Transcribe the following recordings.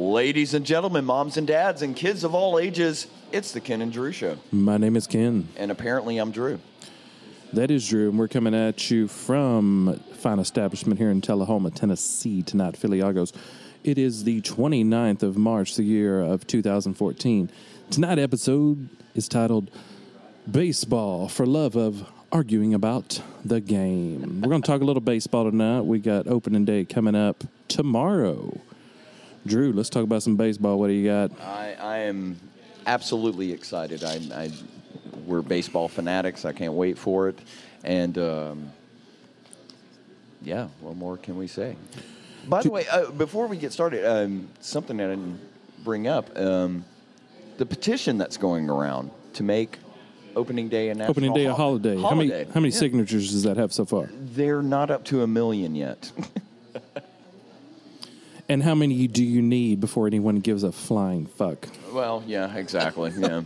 Ladies and gentlemen, moms and dads, and kids of all ages, it's the Ken and Drew Show. My name is Ken. And apparently, I'm Drew. That is Drew, and we're coming at you from Fine Establishment here in Tullahoma, Tennessee, tonight, Philiagos. It is the 29th of March, the year of 2014. Tonight episode is titled Baseball for Love of Arguing About the Game. We're going to talk a little baseball tonight. We got opening day coming up tomorrow. Drew, let's talk about some baseball. What do you got? I, I am absolutely excited. I, I, we're baseball fanatics. I can't wait for it. And um, yeah, what more can we say? By the way, uh, before we get started, um, something that I didn't bring up um, the petition that's going around to make opening day a national Opening day, a hol- holiday. How many, how many Yeah. signatures does that have so far? They're not up to a million yet. And how many do you need before anyone gives a flying fuck? well, yeah, exactly. Yeah.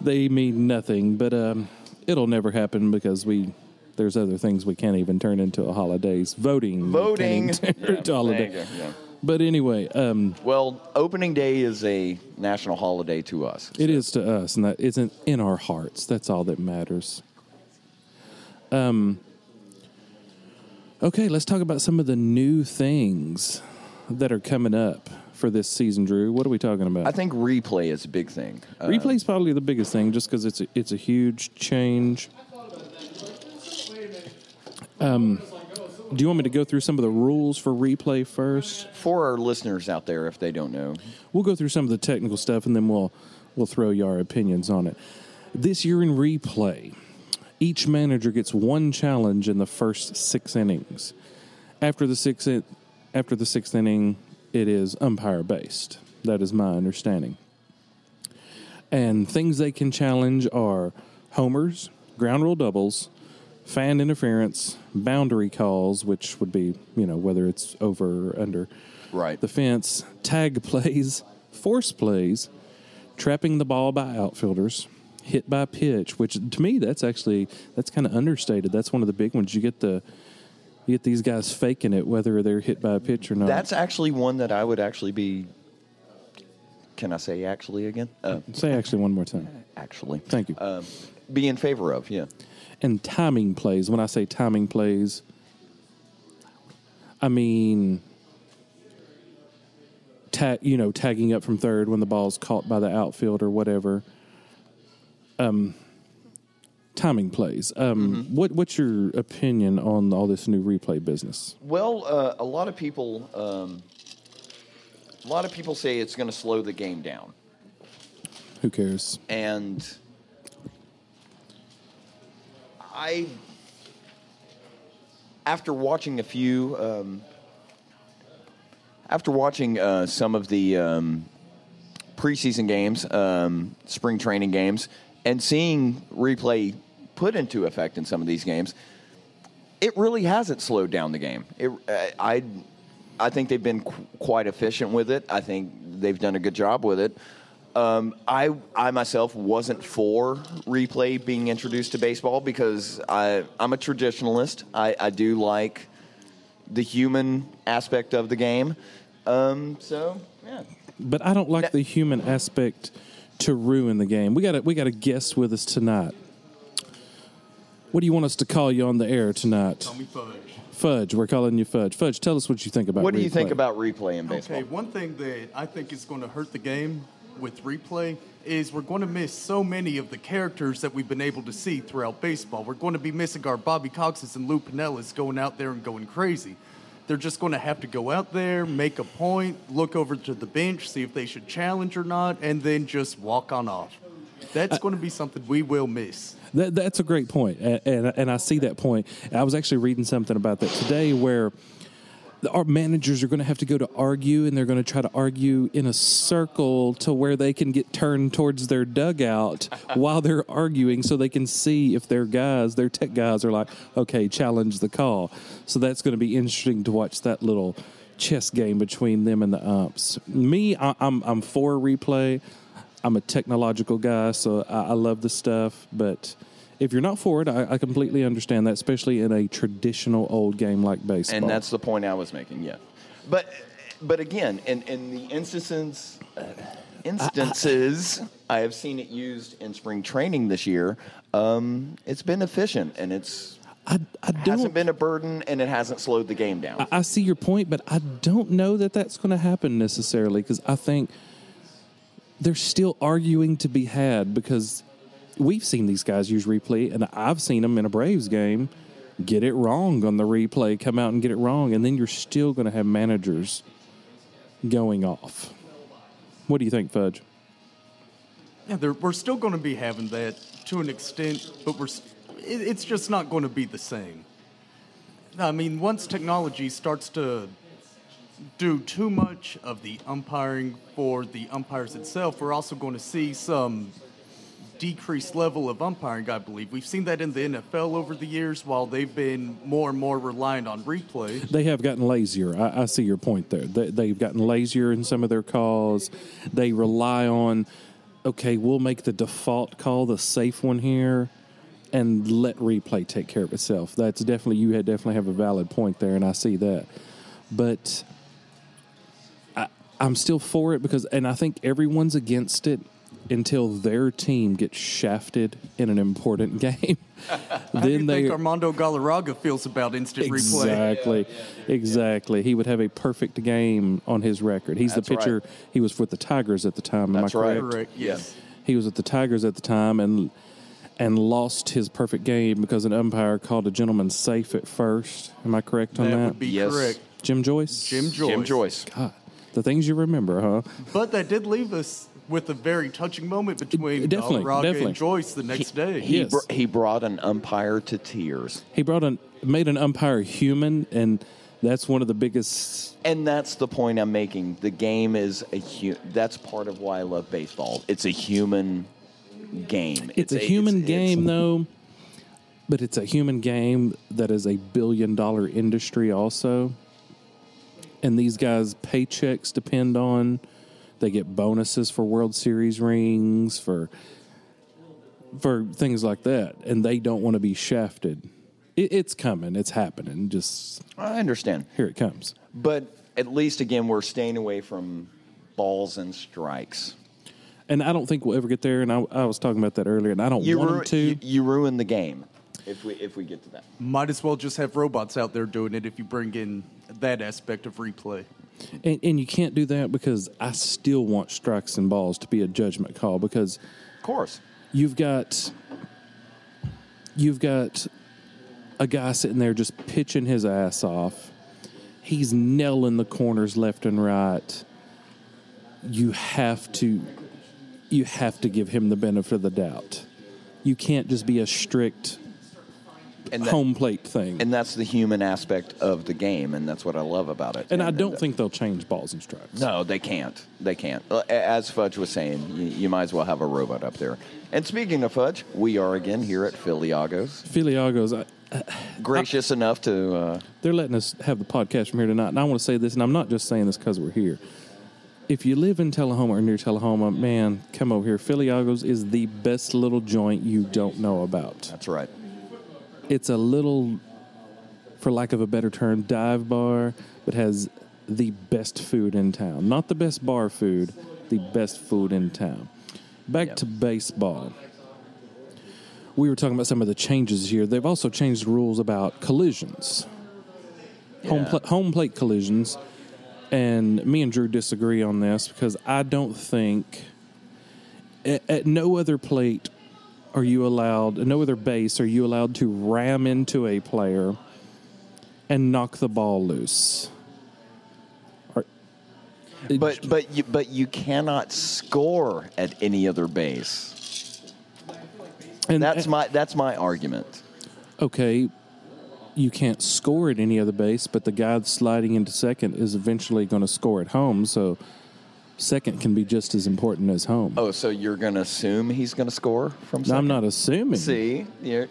They mean nothing, but um, it'll never happen because we there's other things we can't even turn into a holidays. Voting, we can't Voting. even turn Yeah, into a there holiday. you go, yeah. But anyway, um, Well, opening day is a national holiday to us. it is to us, and that isn't in our hearts. That's all that matters. Um. Okay, let's talk about some of the new things that are coming up for this season, Drew. What are we talking about? I think replay is a big thing. Uh, Replay's probably the biggest thing, just because it's a, it's a huge change. Um, do you want me to go through some of the rules for replay first? for our listeners out there, if they don't know, We'll go through some of the technical stuff, and then we'll we'll throw you our opinions on it. This year in replay, each manager gets one challenge in the first six innings. After the sixth in- after the sixth inning, it is umpire based. That is my understanding. And things they can challenge are homers, ground rule doubles, fan interference, boundary calls, which would be, you know, whether it's over or under. Right. The fence, tag plays, force plays, trapping the ball by outfielders, hit by pitch, which to me that's actually that's kind of understated. That's one of the big ones. You get the you get these guys faking it whether they're hit by a pitch or not. that's actually one that I would actually be. Can I say actually again? Uh, Say actually one more time. actually. Thank you. Um, be in favor of, yeah. and timing plays. When I say timing plays, I mean ta- you know tagging up from third when the ball's caught by the outfield or whatever. Um, timing plays. Um, What what's your opinion on all this new replay business? Well, uh, a lot of people, um, a lot of people say it's going to slow the game down, Who cares? and I, after watching a few, um, after watching uh, some of the um, preseason games, um, spring training games, and seeing replay put into effect in some of these games, it really hasn't slowed down the game. It, uh, I, I- I think they've been qu- quite efficient with it. I think they've done a good job with it. Um, I, I myself wasn't for replay being introduced to baseball because I, I'm a traditionalist. I, I do like the human aspect of the game. Um, so, yeah. But I don't like the human aspect to ruin the game. We got a, we got a guest with us tonight. What do you want us to call you on the air tonight? Tell me fudge. Fudge, we're calling you Fudge. Fudge, tell us what you think about. What do you think replay. about replay in baseball? Okay, one thing that I think is going to hurt the game with replay is we're going to miss so many of the characters that we've been able to see throughout baseball. We're going to be missing our Bobby Coxes and Lou Pinellas going out there and going crazy. They're just going to have to go out there, make a point, look over to the bench, see if they should challenge or not, and then just walk on off. That's going to be something we will miss. That, that's a great point, and, and and I see that point. I was actually reading something about that today, where the- our managers are going to have to go to argue, and they're going to try to argue in a circle to where they can get turned towards their dugout while they're arguing, so they can see if their guys, their tech guys, are like, okay, challenge the call. So that's going to be interesting to watch that little chess game between them and the umps. Me, I, I'm I'm for replay. I'm a technological guy, so I, I love this stuff. But if you're not for it, I, I completely understand that, especially in a traditional old game like baseball. And that's the point I was making, yeah. But but again, in, in the instances, uh, instances I, have seen it used in spring training this year, um, it's been efficient and it's I, I don't. hasn't been a burden and it hasn't slowed the game down. I see your point, but I don't know that that's going to happen necessarily because I think there's still arguing to be had because we've seen these guys use replay, and I've seen them in a Braves game get it wrong on the replay, come out and get it wrong, and then you're still going to have managers going off. What do you think, Fudge? Yeah, there, we're still going to be having that to an extent, but we're s- it, it's just not going to be the same. I mean, once technology starts to do too much of the umpiring for the umpires itself, we're also going to see some decreased level of umpiring, I believe. We've seen that in the NFL over the years while they've been more and more reliant on replay. They have gotten lazier. I, I see your point there. They, they've gotten lazier in some of their calls. They rely on, okay, we'll make the default call the safe one here, and let replay take care of itself. That's definitely you had definitely have a valid point there, and I see that. But I, I'm still for it because, and I think everyone's against it until their team gets shafted in an important game. then I think Armando Galarraga feels about instant replay. Exactly. Exactly. He would have a perfect game on his record. He's That's the right. pitcher. He was with the Tigers at the time. Am That's I right. correct? Correct. Yes. He was with the Tigers at the time and and lost his perfect game because an umpire called a gentleman safe at first. Am I correct on that? That would be Yes. correct. Jim Joyce. Jim Joyce. Jim Joyce. God, the things you remember, huh? But that did leave us with a very touching moment between Definitely, Galarraga definitely. and Joyce the next day. He, Yes. br- he brought an umpire to tears. He brought an made an umpire human, and that's one of the biggest. And that's the point I'm making. The game is a hu- that's part of why I love baseball. It's a human game. It's, a, it's- human it's- game, though. But it's a human game that is a billion dollar industry, also. And these guys' paychecks depend on. They get bonuses for World Series rings for for things like that, and they don't want to be shafted. It, it's coming. It's happening. Just I understand. here it comes. But at least again, we're staying away from balls and strikes. And I don't think we'll ever get there. And I, I was talking about that earlier, and I don't You, want ru- them to. you, you ruin the game if we if we get to that. Might as well just have robots out there doing it if you bring in that aspect of replay. And, and you can't do that because I still want strikes and balls to be a judgment call because Of course. you've got you've got a guy sitting there just pitching his ass off. He's nailing the corners left and right. You have to you have to give him the benefit of the doubt. You can't just be a strict And that- home plate thing. And that's the human aspect of the game, and that's what I love about it. and I don't uh, think they'll change balls and strikes. No, they can't. They can't. Uh, a- As Fudge was saying, you, you might as well have a robot up there. And speaking of Fudge, we are again here at Philiagos. Filiago's I, Gracious enough to. Uh, they're letting us have the podcast from here tonight. And I want to say this, and I'm not just saying this because we're here. If you live in Tullahoma or near Tullahoma, man, come over here. Filiago's is the best little joint you don't know about. that's right. It's a little, for lack of a better term, dive bar, but has the best food in town. Not the best bar food, the best food in town. Back to baseball. We were talking about some of the changes here. They've also changed the rules about collisions home, Yeah. pla home plate collisions. And me and Drew disagree on this because I don't think at, at no other plate are you allowed, at no other base are you allowed to ram into a player and knock the ball loose. Are- But but you, but you cannot score at any other base. and, That's my that's my argument. okay, you can't score at any other base, but the guy that's sliding into second is eventually going to score at home, so second can be just as important as home. Oh, so you're going to assume he's going to score from? Now, Second? I'm not assuming. See, you're,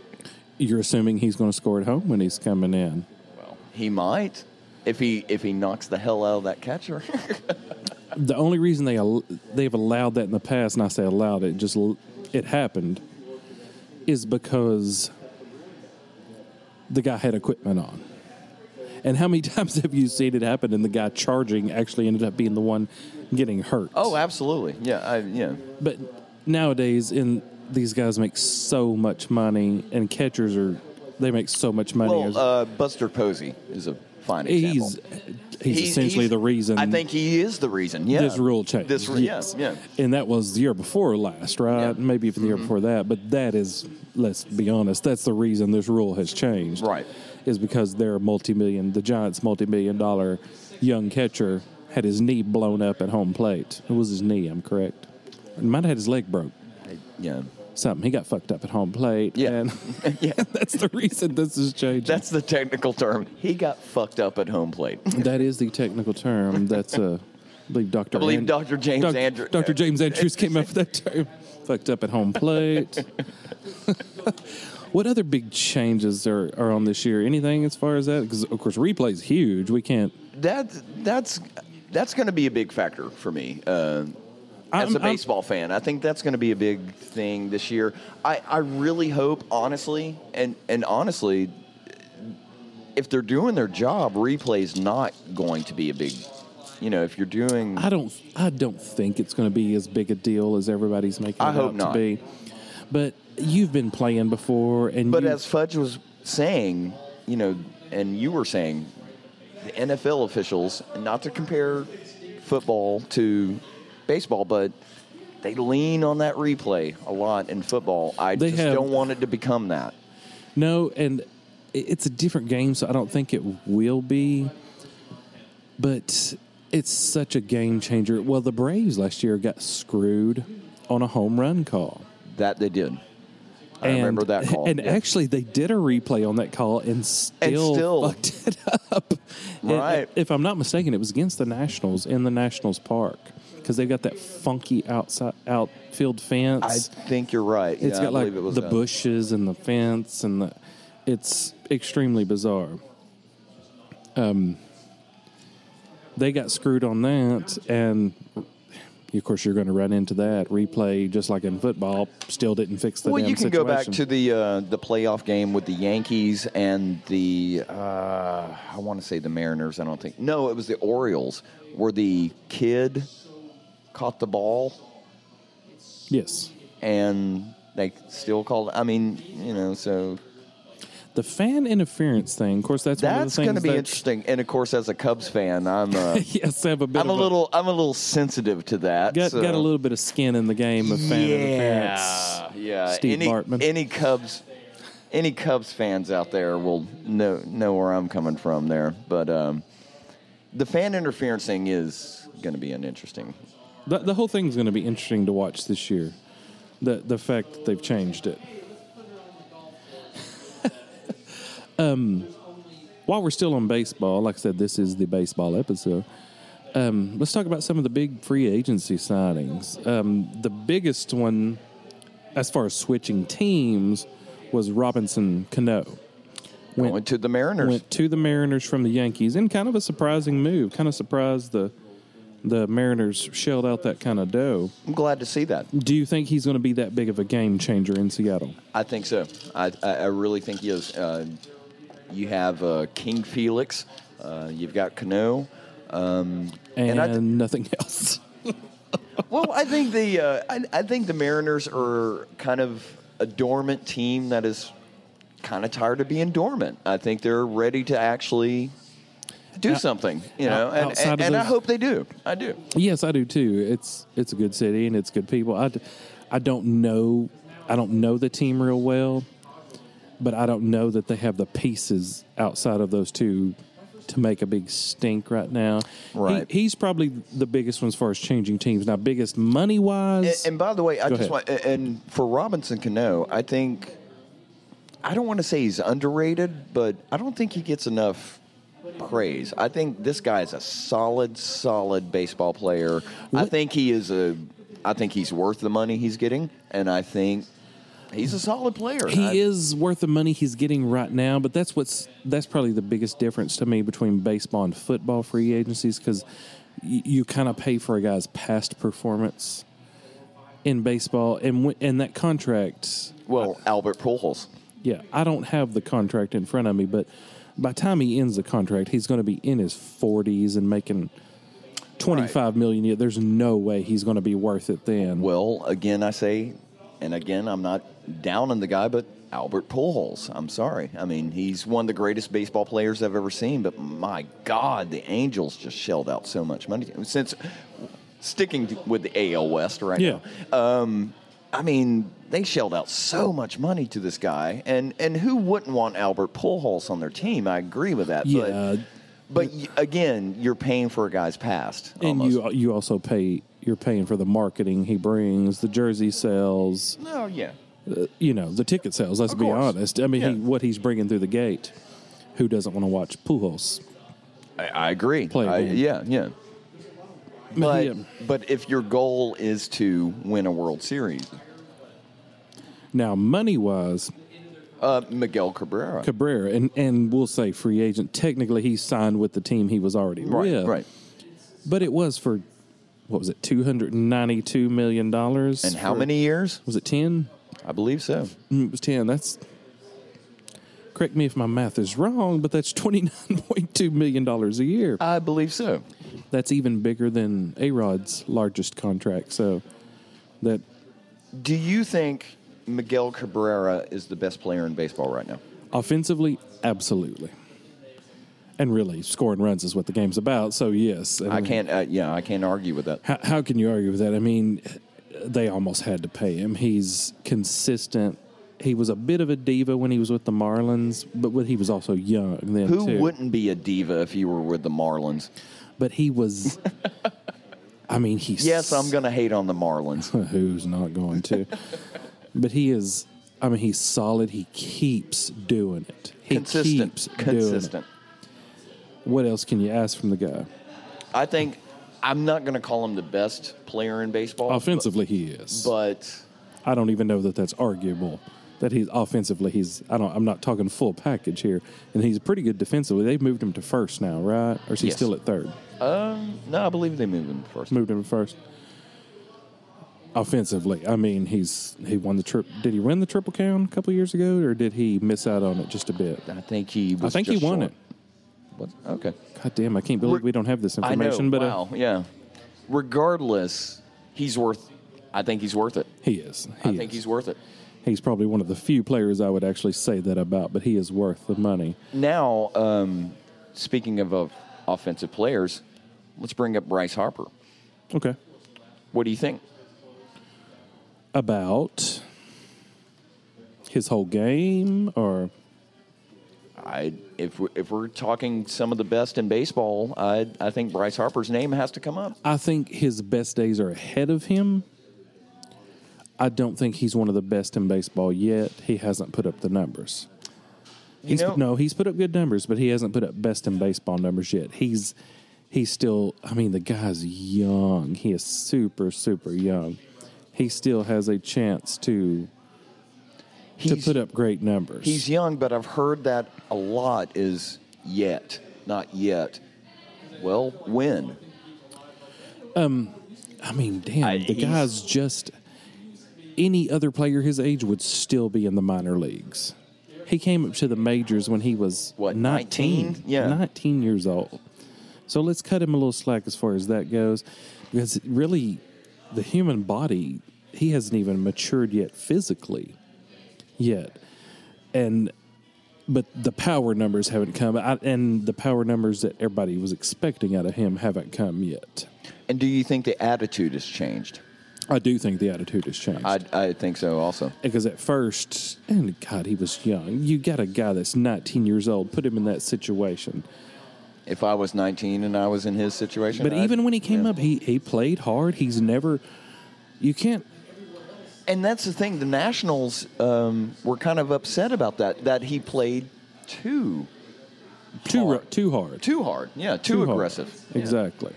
You're assuming he's going to score at home when he's coming in. well, he might if he if he knocks the hell out of that catcher. The only reason they al- they've allowed that in the past, and I say allowed it, just l- it happened, is because the guy had equipment on, And how many times have you seen it happen and the guy charging actually ended up being the one getting hurt? Oh, absolutely. Yeah, I, yeah. But nowadays, in these guys make so much money, and catchers are they make so much money. Well, uh, Buster Posey is a fine example. he's, he's essentially he's- the reason. I think he is the reason. Yeah, this rule changed. This, ru- yes, yeah, yeah. And that was the year before last, right? Yeah. Mm-hmm. Maybe even the year before that. But that is, let's be honest, that's the reason this rule has changed. Right. Is because their multi-million, the Giants' multi-million dollar young catcher had his knee blown up at home plate. It was his knee. I'm correct. He might have had his leg broke. yeah. Something. He got fucked up at home plate. Yeah. And Yeah. that's the reason this is changing. That's the technical term. He got fucked up at home plate. That is the technical term. That's uh, I believe Dr. I believe Dr. James Andrew- Dr. James Andrews came up with that term. Fucked up at home plate. what other big changes are, are on this year? Anything as far as that? Because of course replay's huge. We can't. That that's that's going to be a big factor for me. Uh, as I'm- a I'm- baseball fan, I think that's going to be a big thing this year. I, I really hope, honestly, and and honestly, if they're doing their job, replay's not going to be a big. You know, if you're doing, I don't. I don't think it's going to be as big a deal as everybody's making I it hope out not. to be. But you've been playing before, and But you- as Fudge was saying, you know, and you were saying, the NFL officials, not to compare football to baseball, but they lean on that replay a lot in football. I They just have- don't want it to become that. No, and i- it's a different game, so I don't think it will be. But it's such a game changer. Well, the Braves last year got screwed on a home run call. That they did. I remember that call. And Yeah. actually, they did a replay on that call and still, still- fucked it up. And Right. if I'm not mistaken, it was against the Nationals in the Nationals Park because they've got that funky outside outfield fence. I think you're right. It's yeah, I got like believe it was the that. bushes and the fence and the it's extremely bizarre. Um they got screwed on that and of course you're going to run into that replay just like in football still didn't fix the Well, damn you can situation. go back to the uh, the playoff game with the Yankees and the uh, I want to say the Mariners. I don't think no, it was the Orioles where the kid caught the ball Yes. and they still called. I mean, you know, so The fan interference thing, of course that's, one of the that's things going to be that- interesting. And of course, as a Cubs fan, I'm uh, Yes, have a bit I'm a of little I'm a little sensitive to that. got, so- got a little bit of skin in the game of fan interference. Yeah, Steve any, Bartman. Any Cubs, any Cubs fans out there will know know where I'm coming from there. But um, the fan interference thing is going to be an interesting. The, the whole thing's going to be interesting to watch this year. The the fact that they've changed it. um, Um, while we're still on baseball, like I said, this is the baseball episode. Um, let's talk about some of the big free agency signings. Um, the biggest one, as far as switching teams, was Robinson Cano. Went, to the Mariners. Went to the Mariners from the Yankees in kind of a surprising move. Kind of surprised the the Mariners shelled out that kind of dough. I'm glad to see that. Do you think he's going to be that big of a game changer in Seattle? I think so. I I, I really think he is. Uh, you have uh, King Felix. Uh, you've got Cano. Um, And, I th- nothing else. well, I think the uh, I, I think the Mariners are kind of a dormant team that is kind of tired of being dormant. I think they're ready to actually do something, you know, out- and, outside and, of and I those- hope they do. I do. yes, I do too. It's it's a good city and it's good people. I, d- I don't know I don't know the team real well, but I don't know that they have the pieces outside of those two to make a big stink right now. He- Right. he's probably the biggest one as far as changing teams. Now, biggest money And, wise. and by the way, I Go just ahead. want and for Robinson Cano, I think I don't want to say he's underrated, but I don't think he gets enough praise. I think this guy is a solid, solid baseball player. I think he is a. I think he's worth the money he's getting, and I think he's a solid player. He I- is worth the money he's getting right now, but that's what's that's probably the biggest difference to me between baseball and football free agencies because you, you kind of pay for a guy's past performance in baseball, and w- and that contract. Well, Albert Pujols. Yeah, I don't have the contract in front of me, but by the time he ends the contract, he's going to be in his 40s and making twenty five million a year. There's no way he's going to be worth it then. Well, again, I say, and again, I'm not down on the guy, but Albert Pujols. I'm sorry. I mean, he's one of the greatest baseball players I've ever seen. But my God, the Angels just shelled out so much money since sticking to- with the AL West right Yeah. now. Um, I mean, they shelled out so much money to this guy, and and who wouldn't want Albert Pujols on their team? I agree with that. Yeah. But, but y- again, you're paying for a guy's past. and almost. you you also pay you're paying for the marketing he brings, the jersey sales, Oh yeah. uh, you know, the ticket sales. Let's Of be course. honest. I mean, Yeah. he, what he's bringing through the gate. Who doesn't want to watch Pujols? I, I agree. Play a I- game. yeah, yeah. I mean, But he- um, but if your goal is to win a World Series, now, money wise, uh, Miguel Cabrera, Cabrera, and, and we'll say free agent. Technically, he signed with the team he was already right, with. right, But it was for what was it, two hundred and ninety two million dollars? and how many years? was it ten? I believe so. Mm, It was ten. That's correct me if my math is wrong, but that's twenty nine point two million dollars a year. I believe so. That's even bigger than A Rod's largest contract. So that Do you think Miguel Cabrera is the best player in baseball right now? offensively, absolutely. And really, scoring runs is what the game's about. So yes, I mean, can't. Uh, yeah, I can't argue with that. How, how can you argue with that? I mean, they almost had to pay him. He's consistent. He was a bit of a diva when he was with the Marlins, but when he was also young then Who too. wouldn't be a diva if you were with the Marlins? But he was. I mean, he's Yes, I'm going to hate on the Marlins. Who's not going to? but he is. I mean, he's solid. He keeps doing it. He Consistent, keeps doing consistent. it. What else can you ask from the guy? I think I'm not going to call him the best player in baseball. Offensively, he is. but I don't even know that that's arguable. That he's offensively, he's I don't. I'm not talking full package here, and he's pretty good defensively. They've moved him to first now, right? Or is he Yes. still at third? Um, no, I believe they moved him first. Moved him to first. Offensively, I mean, he's he won the trip. Did he win the triple crown a couple years ago, or did he miss out on it just a bit? I think he. Was I think he just won short. it. What? Okay. God damn, I can't believe Re- we don't have this I information. know. but uh, wow. yeah. Regardless, he's worth. I think he's worth it. he is. He I is. think he's worth it. he's probably one of the few players I would actually say that about. But he is worth the money. Now, um, speaking of, of offensive players, let's bring up Bryce Harper. Okay. What do you think? about his whole game or I if we, if we're talking some of the best in baseball, I I think Bryce Harper's name has to come up. I think his best days are ahead of him. I don't think he's one of the best in baseball yet. He hasn't put up the numbers. He's know- no, he's put up good numbers, but he hasn't put up best in baseball numbers yet. He's he's still I mean the guy's young. He is super super young. He still has a chance to to He's- put up great numbers. He's young, but I've heard that a lot is yet, not yet. Well, when? I mean, damn, I- the he's- guy's just any other player his age would still be in the minor leagues. He came up to the majors when he was What, 19? Yeah. 19 years old. So let's cut him a little slack as far as that goes because really the human body he hasn't even matured yet physically yet. And but the power numbers haven't come I, and the power numbers that everybody was expecting out of him haven't come yet. And do you think the attitude has changed? I do think the attitude has changed. I, I think so also. because at first, and God, he was young. You got a guy that's 19 years old, put him in that situation. If I was 19 and I was in his situation. But I'd- even when he came yeah. up, he, he played hard. He's never, you can't, And that's the thing, the Nationals um, were kind of upset about that, that he played too, too hard. Hard. too hard. too hard. Yeah, too, hard. aggressive. Exactly.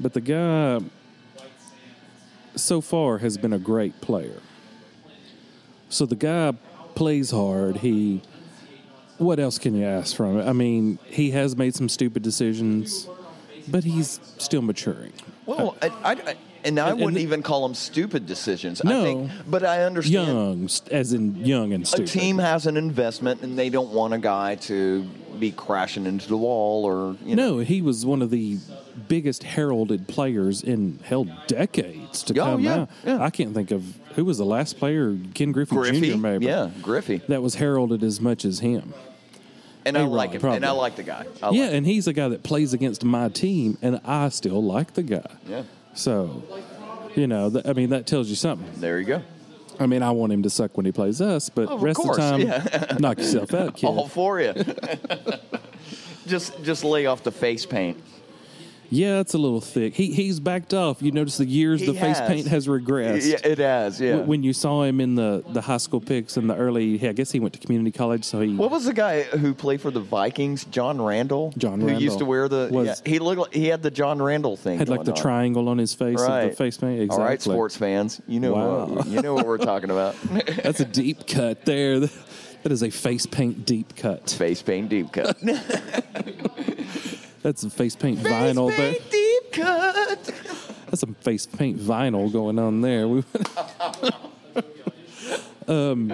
But the guy so far has been a great player. So the guy plays hard. He what else can you ask from it? I mean, he has made some stupid decisions. but he's still maturing. Well, I, I, I- and I Uh, and wouldn't the- even call them stupid decisions. I No. think, but I understand. Young, st- as in young and A stupid. team has an investment, and they don't want a guy to be crashing into the wall or you know. No, he was one of the biggest heralded players in hell decades to Oh, come yeah, out. yeah. I can't think of who was the last player, Ken Griffey, Griffey, Jr. maybe. yeah, Griffey, That was heralded as much as him. and I A-Rod, like him, and probably. I like the guy. I yeah, like and he's a guy that plays against my team, and I still like the guy. Yeah. So, you know, th- I mean, that tells you something. there you go. I mean, I want him to suck when he plays us, but Oh, Of rest course, of the time, yeah. knock yourself out, kid. All for you. just just lay off the face paint. Yeah, it's a little thick. He he's backed off. You notice the years He the has. face paint has regressed. Yeah, it has. Yeah. W- When you saw him in the, the high school picks and the early, I guess he went to community college, so he what was the guy who played for the Vikings? John Randall. John who used Randall to wear the. was- yeah, he looked. Like, he had the John Randall thing. had like going the on. triangle on his face, Right. of the face paint. Exactly. All right, sports fans, you know Wow. what, you know what we're talking about. That's a deep cut there. That is a face paint deep cut. face paint deep cut. That's a face paint vinyl face there. paint deep cut. That's some face paint vinyl going on there. We, um,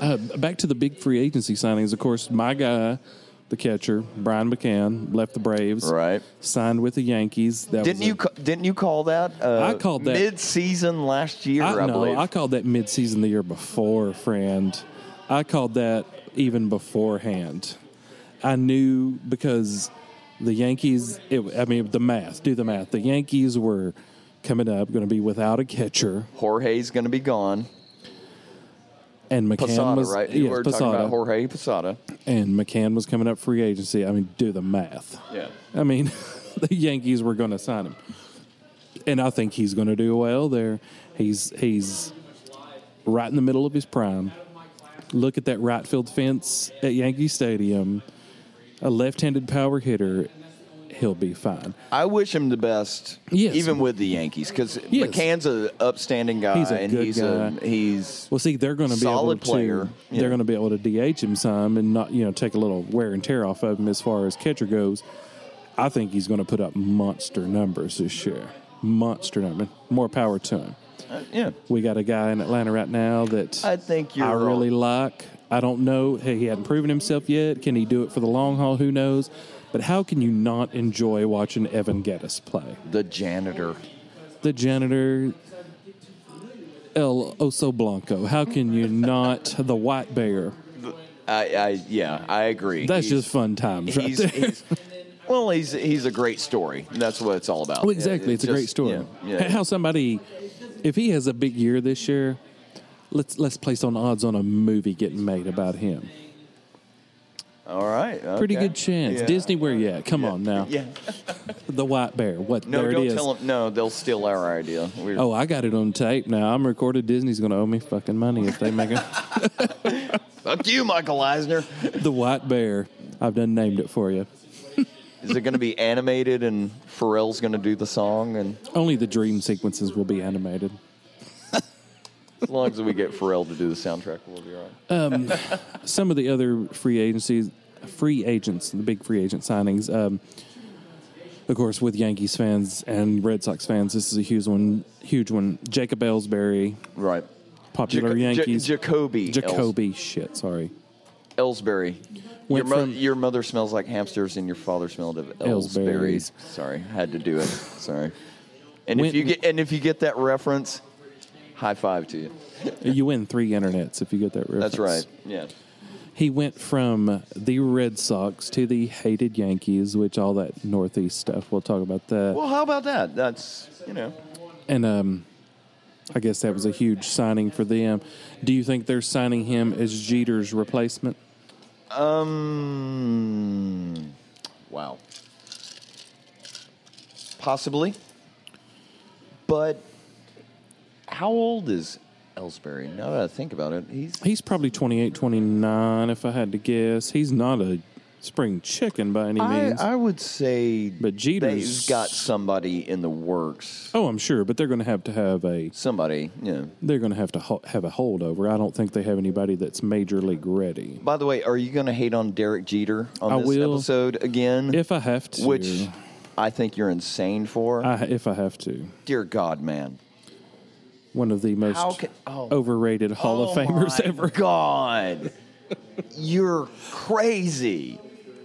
uh, back to the big free agency signings. Of course, my guy, the catcher Brian McCann, left the Braves. Right. Signed with the Yankees. That Didn't was you a- ca- didn't you call that? Uh, I called that- mid-season last year. I, I, believe. no, I called that midseason the year before, friend. I called that even beforehand. I knew because the Yankees. It, I mean, the math. Do the math. The Yankees were coming up, going to be without a catcher. Jorge's going to be gone. and McCann Posada, was right? yes, we were talking Posada. about Jorge Posada. and McCann was coming up free agency. I mean, do the math. Yeah. I mean, the Yankees were going to sign him, and I think he's going to do well there. He's he's right in the middle of his prime. Look at that right field fence at Yankee Stadium. A left-handed power hitter, he'll be fine. I wish him the best, Yes. even with the Yankees, because Yes. McCann's an upstanding guy, He's a and good he's a guy. he's Well, see, they're going to be Solid able to, player, yeah. They're going to be able to DH him some and not you know take a little wear and tear off of him as far as catcher goes. I think he's going to put up monster numbers this year. Monster number, more power to him. uh, yeah. We got a guy in Atlanta right now that I think you're I really right. like. I don't know. Hey, he hadn't proven himself yet. Can he do it for the long haul? Who knows? But how can you not enjoy watching Evan Geddes play? the janitor. the janitor El Oso Blanco. How can you not the white bear? I, I yeah, I agree. That's He's- just fun times right he's, there. he's well, he's he's a great story. That's what it's all about. Well, exactly. Yeah, It's a just- great story. Yeah, yeah. How somebody, if he has a big year this year, let's let's place on odds on a movie getting made about him. all right. Pretty okay. good chance. Yeah. Disney, where you at? Come on now. Yeah. The white bear. What? No, there don't it is. tell them. No, they'll steal our idea. We're, Oh, I got it on tape now. I'm recorded. Disney's going to owe me fucking money if they make it. fuck you, Michael Eisner. the white bear. I've done named it for you. Is it going to be animated and Pharrell's going to do the song? And Only the dream sequences will be animated. as long as we get Pharrell to do the soundtrack, we'll be all right. Some of the other free agencies, free agents, the big free agent signings. Um, of course, with Yankees fans and Red Sox fans, this is a huge one. Huge one. Jacob Ellsbury, Right. popular Jaco- Ja- Yankees. Jacoby. Jacoby, shit, sorry. Els- Ellsbury. Your, Went mo- from- your mother smells like hamsters and your father smelled of Ellsberries. Ellsberries. Sorry, had to do it. Sorry. And if Went- you get and if you get that reference, high five to you. You win three internets if you get that reference. That's right. Yeah. He went from the Red Sox to the hated Yankees, which all that Northeast stuff. We'll talk about that. Well, how about that? That's you know. and um, I guess that was a huge signing for them. Do you think they're signing him as Jeter's replacement? Um. Wow. Possibly. But how old is Ellsbury? Now that I think about it, he's He's probably 28, 29, if I had to guess. He's not a spring chicken by any I, means. I would say But they've Jeter's- got somebody in the works. oh, I'm sure, but they're going to have to have a Somebody, yeah. they're going to have to ho- have a holdover. I don't think they have anybody that's major league ready. By the way, are you going to hate on Derek Jeter on I this will. episode again? If I have to, which I think you're insane for. I, if I have to, Dear God, man. one of the How most ca- oh. overrated Hall of Famers my ever. God, you're crazy.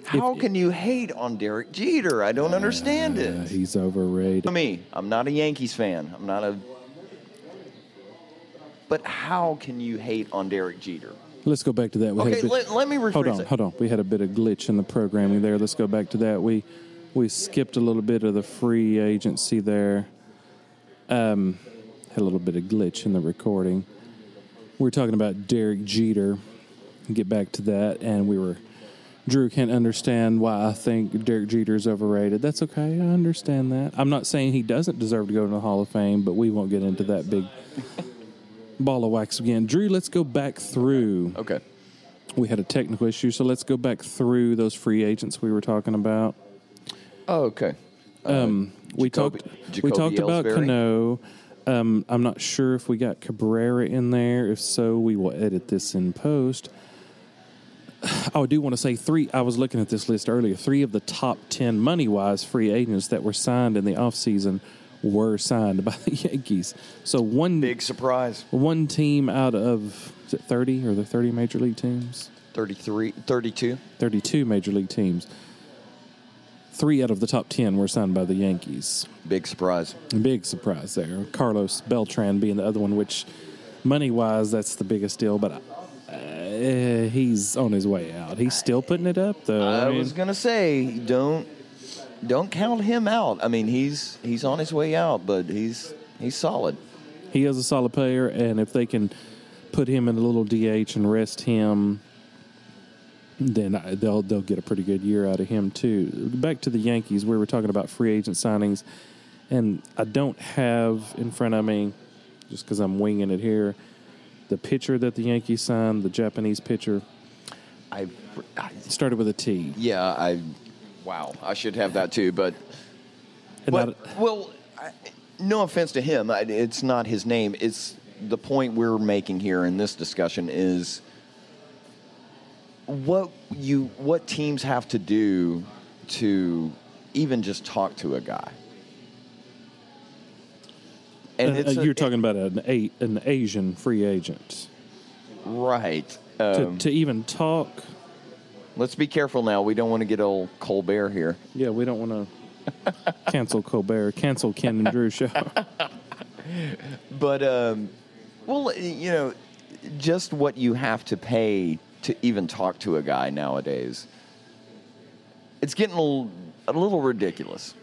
How can you hate on Derek Jeter? I don't understand Uh, it. he's overrated. For me, I'm not a Yankees fan. I'm not a. But how can you hate on Derek Jeter? Let's go back to that. We had a Okay, bit- let, let me rephrase hold on, it. hold on. We had a bit of glitch in the programming there. Let's go back to that. We we skipped a little bit of the free agency there. Um, had a little bit of glitch in the recording. We were talking about Derek Jeter. Get back to that, and we were. Drew can't understand why I think Derek Jeter is overrated. That's okay. I understand that. I'm not saying he doesn't deserve to go to the Hall of Fame, but we won't get into that big ball of wax again. Drew, let's go back through Okay. we had a technical issue, so let's go back through those free agents we were talking about. Oh, okay. We Jacoby- talked. we Jacoby talked about Ellsbury. Cano. Um, I'm not sure if we got Cabrera in there. If so, we will edit this in post. Oh, I do want to say three. I was looking at this list earlier. Three of the top ten money wise free agents that were signed in the offseason were signed by the Yankees. So one Big surprise. one team out of is it 30 or the 30 major league teams? 33, 32. 32 major league teams. Three out of the top 10 were signed by the Yankees. Big surprise. Big surprise there. Carlos Beltran being the other one, which money wise, that's the biggest deal, but uh, he's on his way out. He's still putting it up, though. I mean, was gonna say don't don't count him out. I mean he's he's on his way out, but he's he's solid. he is a solid player, and if they can put him in a little DH and rest him, then I- they'll they'll get a pretty good year out of him too. Back to the Yankees, we were talking about free agent signings, and I don't have in front of me just because I'm winging it here. The pitcher that the Yankees signed, the Japanese pitcher, I, I started with a T. yeah I wow I should have that too, but And but I- well I, no offense to him, I, it's not his name. It's the point we're making here in this discussion is what you what teams have to do to even just talk to a guy. and, uh, you're talking about an eight, an Asian free agent Right. to, Um, to even talk. let's be careful now. We don't want to get old Colbert here. Yeah, we don't want to cancel Colbert, cancel Ken and Drew show. But, um, well, you know, just what you have to pay to even talk to a guy nowadays, it's getting a little, a little ridiculous.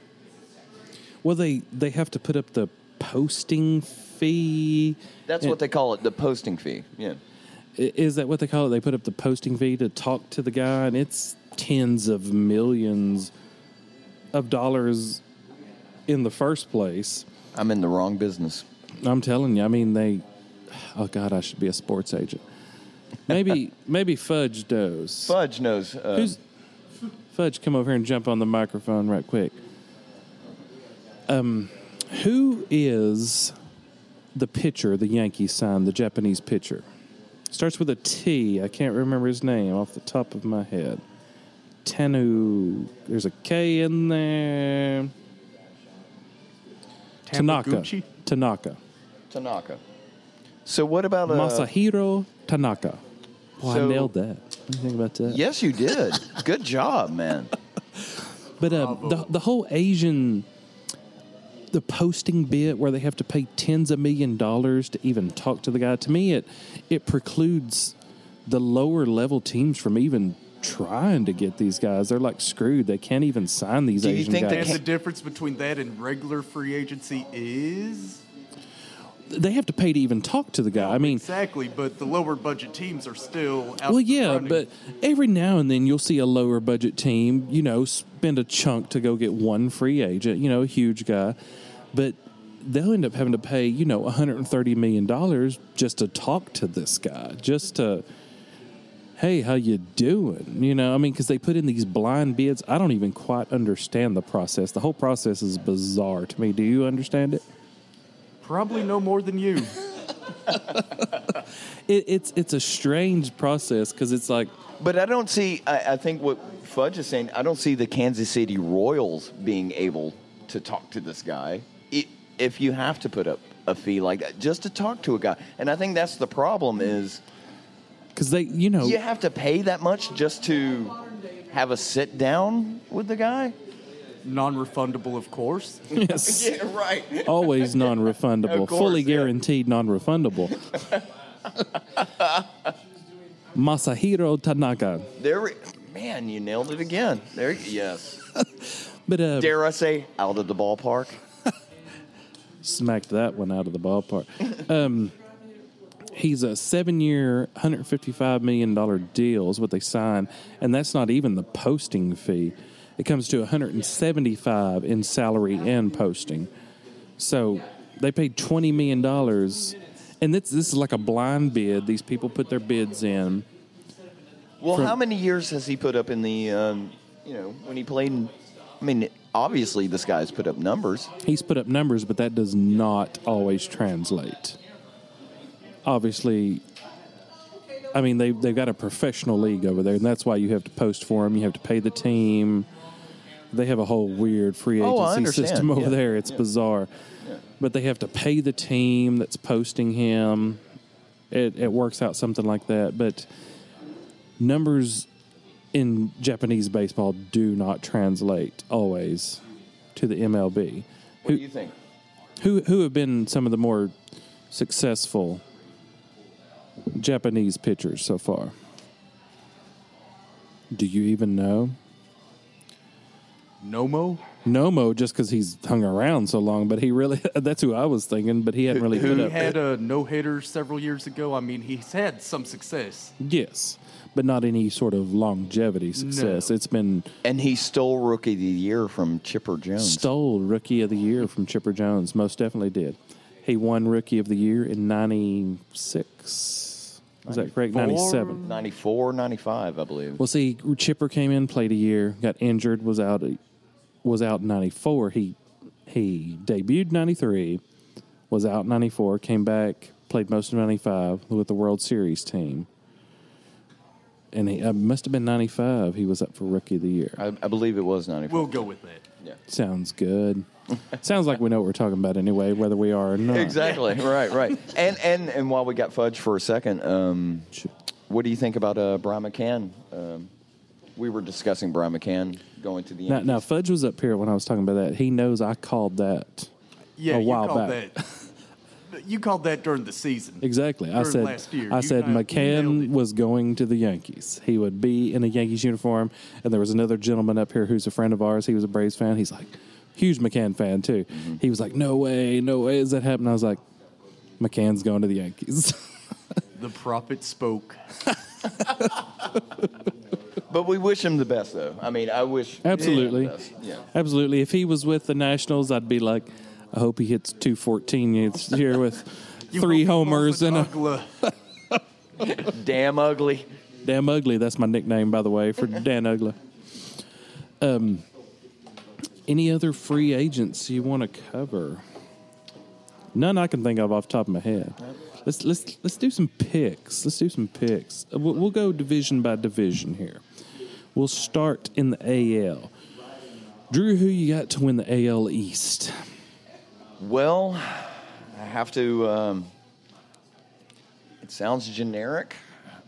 well, they they have to put up the posting fee. That's what they call it, the posting fee. Yeah. I- Is that what they call it? They put up the posting fee to talk to the guy, and it's tens of millions of dollars in the first place. I'm in the wrong business. I'm telling you. I mean, they. Oh God, I should be a sports agent. Maybe maybe Fudge does. Fudge knows. Uh, Who's Fudge? Come over here and jump on the microphone right quick. Um, who is the pitcher the Yankees signed? The Japanese pitcher starts with a T. I can't remember his name off the top of my head. Tanu. There's a K in there. Tanaka. Tamaguchi? Tanaka. Tanaka. So what about uh, Masahiro Tanaka. Well, I so- nailed that. What do you think about that? Yes, you did. Good job, man. But uh, the the whole Asian, the posting bit where they have to pay tens of million dollars to even talk to the guy. To me, it it precludes the lower level teams from even trying to get these guys. They're like screwed. They can't even sign these Do you Asian think they guys. And can't- the difference between that and regular free agency is they have to pay to even talk to the guy. I mean, exactly, but the lower budget teams are still out. Well, of the yeah, running. but every now and then you'll see a lower budget team, you know, spend a chunk to go get one free agent, you know, a huge guy, but they'll end up having to pay, you know, 130 million dollars just to talk to this guy, just to hey, how you doing? You know, I mean, because they put in these blind bids. I don't even quite understand the process. The whole process is bizarre to me. Do you understand it? Probably no more than you. it it's it's a strange process because it's like But I don't see. I, I think what Fudge is saying. I don't see the Kansas City Royals being able to talk to this guy. I if you have to put up a fee like that just to talk to a guy, and I think that's the problem is because they you know you have to pay that much just to have a sit down with the guy. Non refundable, of course. yes. right. always non-refundable, Of course, fully yeah. guaranteed non-refundable. Masahiro Tanaka, There, we- man, you nailed it again. There, yes. but uh, Dare I say, out of the ballpark. smacked that one out of the ballpark. Um, he's a seven-year, hundred fifty-five million dollar deal is what they signed, and that's not even the posting fee. It comes to one hundred and seventy-five in salary and posting. So they paid twenty million dollars, and this this is like a blind bid. These people put their bids in. Well, From- how many years has he put up in the, um, you know, when he played? In, I mean, obviously this guy's put up numbers. He's put up numbers, but that does not always translate. Obviously, I mean they they've got a professional league over there, and that's why you have to post for them. You have to pay the team. They have a whole weird free Oh, I agency understand. system over Yeah. there. It's bizarre, but they have to pay the team that's posting him. It it works out something like that, but numbers in Japanese baseball do not translate always to the MLB. What do you think? Who who have been some of the more successful Japanese pitchers so far? Do you even know? Nomo? Nomo, just because he's hung around so long, but he really—that's who I was thinking. But he hadn't really put He up. had a no hitter several years ago. I mean, he's had some success. yes, but not any sort of longevity success. It's been And he stole Rookie of the Year from Chipper Jones. stole Rookie of the Year from Chipper Jones. Most definitely did. He won Rookie of the Year in '96. Is that correct? '97. 94, 95, I believe. Well, see, Chipper came in, played a year, got injured, was out, was out in '94. He he debuted '93, was out '94, came back, played most of '95 with the World Series team, and he uh, must have been '95. He was up for Rookie of the Year. I, I believe it was 94. We'll go with that. Sounds good. Sounds like we know what we're talking about anyway, whether we are or not. Exactly. right. Right. And and and while we got Fudge for a second, um, what do you think about uh, Brian McCann? Um, we were discussing Brian McCann going to the Now, Yankees. now, Fudge was up here when I was talking about that. He knows I called that. Yeah, A while you called back. that. You called that during the season. Exactly. I During said last year, I you said guys nailed McCann it. was going to the Yankees. He would be in a Yankees uniform, and there was another gentleman up here who's a friend of ours. He was a Braves fan. He's like huge McCann fan too. Mm-hmm. He was like, "No way, no way, is that happening?" I was like, "McCann's going to the Yankees." The prophet spoke. But we wish him the best, though. I mean, I wish him the Absolutely, best. Yeah. absolutely. If he was with the Nationals, I'd be like, "I hope he hits two fourteen this year with You three hope he homers was an and a." ugla. Damn ugly. Damn Ugly. That's my nickname, by the way, for Dan Ugly. Um, any other free agents you want to cover? None I can think of off the top of my head. Let's let's let's do some picks. Let's do some picks. Uh, We'll, we'll go division by division here. We'll start in the AL. Drew, who you got to win the AL East? Well, I have to. Um, it sounds generic,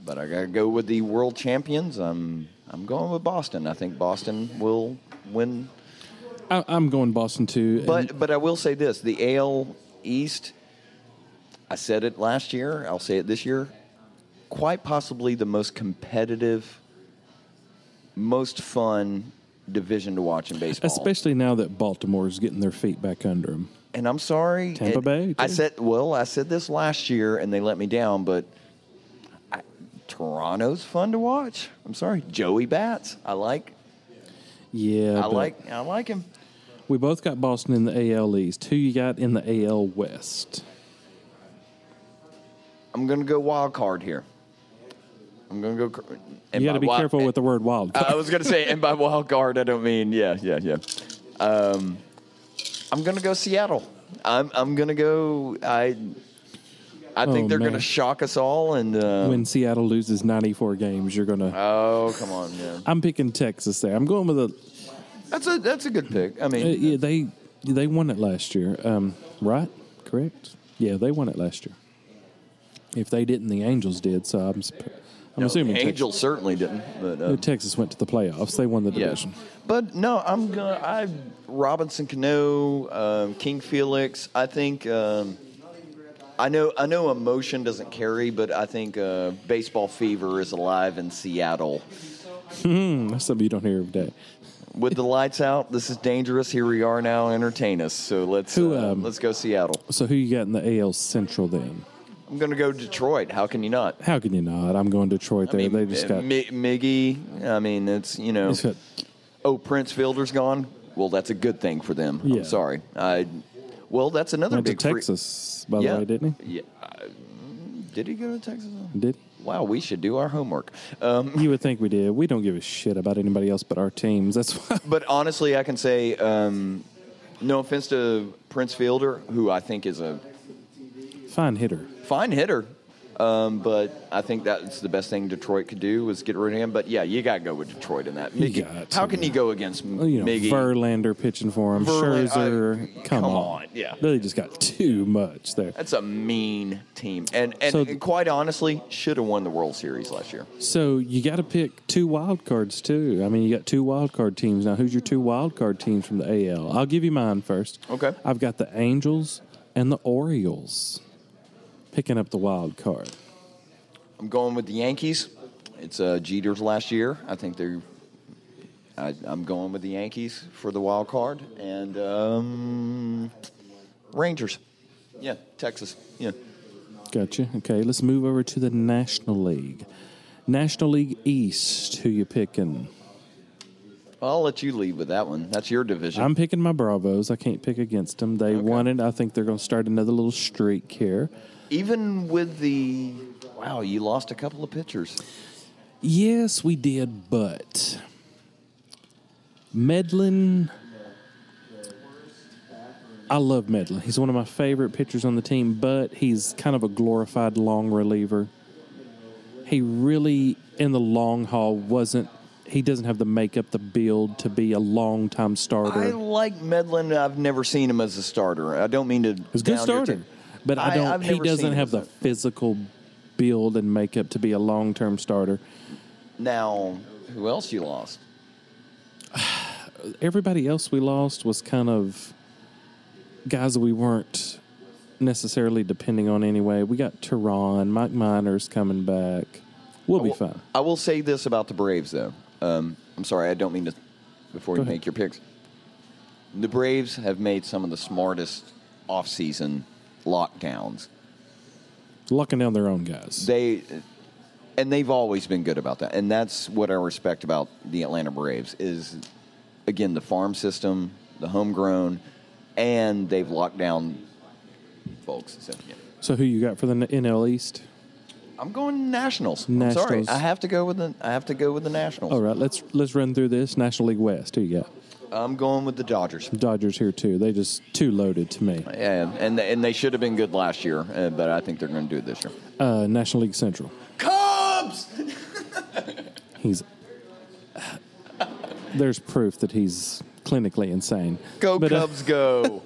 but I gotta go with the world champions. I'm I'm going with Boston. I think Boston will win. I, I'm going Boston too. and- But but I will say this: the AL East. I said it last year. I'll say it this year. Quite possibly the most competitive, most fun division to watch in baseball. especially now that Baltimore's getting their feet back under them. and I'm sorry. Tampa and Bay, I too. said, well, I said this last year, and they let me down. But I, Toronto's fun to watch. I'm sorry, Joey Bats. I like. Yeah, I but- like. I like him. We both got Boston in the AL East. Who you got in the AL West? I'm gonna go wild card here. I'm going to go. cr- and You got to by be wi- careful with the word wild. I I was going to say, and by wild card, I don't mean, yeah, yeah, yeah. Um, I'm going to go Seattle. I'm, I'm going to go. I I think Oh, they're going to man. shock us all. And uh, when Seattle loses 94 games, you're going to. oh, come on, yeah. I'm picking Texas there. I'm going with a. That's a that's a good pick. I Uh, mean, yeah, they they won it last year, um, right? Correct. Yeah, they won it last year. If they didn't, the Angels did. So I'm, sp- I'm assuming Tex- Angels certainly didn't, but uh, uh, Texas went to the playoffs. They won the yeah. division. But no, I'm gonna. I Robinson Cano, um, King Felix. I think. Um, I know. I know emotion doesn't carry, but I think uh, baseball fever is alive in Seattle. Mm, that's something you don't hear every day. With the lights out, this is dangerous. Here we are now. Entertain us. So let's Who, uh, um, let's go Seattle. So who you got in the AL Central then? I'm gonna go Detroit. How can you not? How can you not? I'm going Detroit. There, they just got. Mi- Miggy. I mean, it's you know. just got- oh, Prince Fielder's gone. Well, that's a good thing for them. Yeah. I'm sorry. I, well, that's another went to big free- Texas, by yeah. the way, didn't he? Yeah. I- mm, Did he go to Texas? he? Did he? Wow, we should do our homework. Um, You would think we did. We don't give a shit about anybody else but our teams. That's why. but honestly, I can say, um, no offense to Prince Fielder, who I think is a Fine hitter. fine hitter. Um, but I think that's the best thing Detroit could do was get rid of him. But yeah, you got to go with Detroit in that. Mickey, got to, how can you yeah. go against Well, you know, Miggy? Verlander pitching for him. Verla- Scherzer, I- come, come on. on, yeah. They just got too much there. That's a mean team, and and, So- and quite honestly, should have won the World Series last year. So you got to pick two wild cards too. I mean, you got two wild card teams now. Who's your two wild card teams from the AL? I'll give you mine first. Okay. I've got the Angels and the Orioles picking up the wild card. I'm going with the Yankees. It's uh, Jeter's last year. I think they're. I, I'm going with the Yankees for the wild card and um, Rangers. Yeah, Texas. Yeah, Gotcha. Okay, let's move over to the National League. National League East. Who you picking? I'll let you lead with that one. That's your division. I'm picking my Bravos. I can't pick against them. They won it. I think they're going to start another little streak here. Even with the wow, you lost a couple of pitchers. Yes, we did, but Medlin. I love Medlin. He's one of my favorite pitchers on the team, but he's kind of a glorified long reliever. He really, in the long haul, wasn't. He doesn't have the makeup, the build to be a long time starter. I like Medlin. I've never seen him as a starter. I don't mean to. He's a good down your starter, team. but I I- don't. I've he never seen doesn't him have as the a- physical build and makeup to be a long term starter. Now, who else you lost? Everybody else we lost was kind of guys that we weren't necessarily depending on anyway. We got Tehran, Mike Miners coming back. We'll be fine. I will say this about the Braves, though. Um, I'm sorry, I don't mean to. Before you ahead. make your picks, the Braves have made some of the smartest offseason lockdowns. Locking down their own guys. They and they've always been good about that, and that's what I respect about the Atlanta Braves is again the farm system, the homegrown, and they've locked down folks. So, yeah. So who you got for the NL East? I'm going Nationals. I'm Nationals. sorry, I have to go with the I have to go with the Nationals. All right, let's let's run through this National League West. Who you got? I'm going with the Dodgers. Dodgers here too. They just too loaded to me. Yeah, and and they should have been good last year, uh, but I think they're going to do it this year. Uh, National League Central. Cubs. He's there's proof that he's clinically insane. Go But, uh, Cubs, go!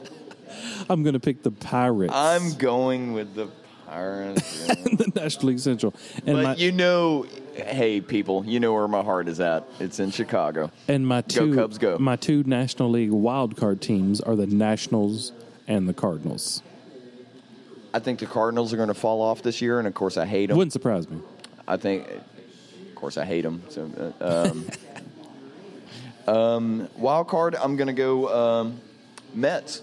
I'm going to pick the Pirates. I'm going with the Pirates. yeah. the National League Central, and but my you know, hey people, you know where my heart is at. It's in Chicago. and my two Cubs, go. my two National League wild card teams are the Nationals and the Cardinals. I think the Cardinals are going to fall off this year, and of course I hate them. Wouldn't surprise me. I think, of course I hate them. So, uh, um, um, wild card, I'm going to go um, Mets.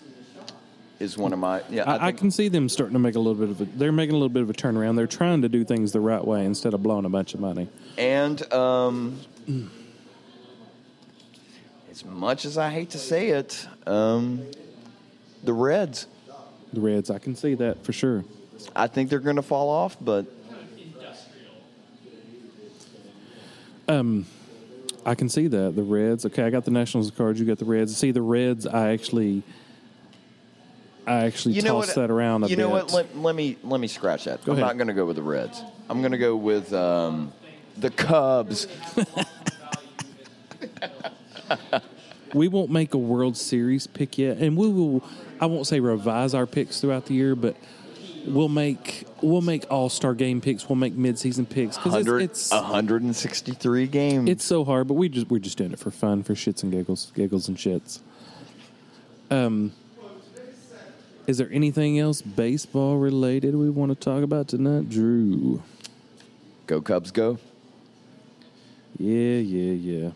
Is one of my yeah. I, I think- can see them starting to make a little bit of a. They're making a little bit of a turnaround. They're trying to do things the right way instead of blowing a bunch of money. And um, as much as I hate to say it, um, the Reds. The Reds, I can see that for sure. I think they're going to fall off, but I can see that the Reds. Okay, I got the Nationals cards. You got the Reds. See the Reds. I actually, I actually tossed that around a you bit. know what? Let, let me let me scratch that. I'm ahead. not going to go with the Reds. I'm going to go with um, the Cubs. we won't make a World Series pick yet, and we will. I won't say revise our picks throughout the year, but we'll make we'll make All Star game picks. We'll make mid season picks 'cause 100, it's, it's 163 games. it's so hard. But we just we're just doing it for fun, for shits and giggles, giggles and shits. Um, is there anything else baseball related we want to talk about tonight, Drew? go Cubs, go. Yeah, yeah, yeah.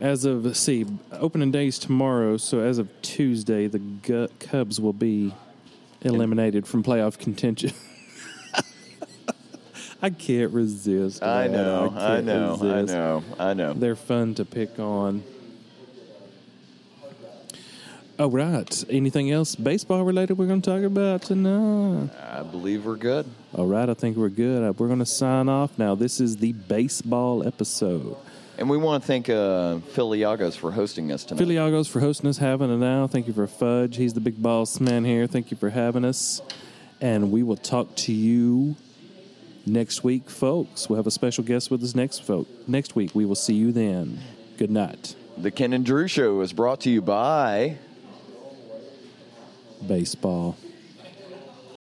As of let's see, opening days tomorrow, so as of Tuesday, the Gu- Cubs will be eliminated from playoff contention. I can't resist. I man. know, I, can't know, I resist. know, I know. They're fun to pick on. All right. Anything else baseball related we're going to talk about tonight? I believe we're good. All right. I think we're good. We're going to sign off now. This is the baseball episode. And we want to thank uh, Phil Iagos for hosting us tonight. Philiagos for hosting us, having it now. Thank you for Fudge. He's the big boss man here. Thank you for having us. And we will talk to you next week, folks. We'll have a special guest with us next folk next week. We will see you then. Good night. the Ken and Drew Show is brought to you by. Baseball.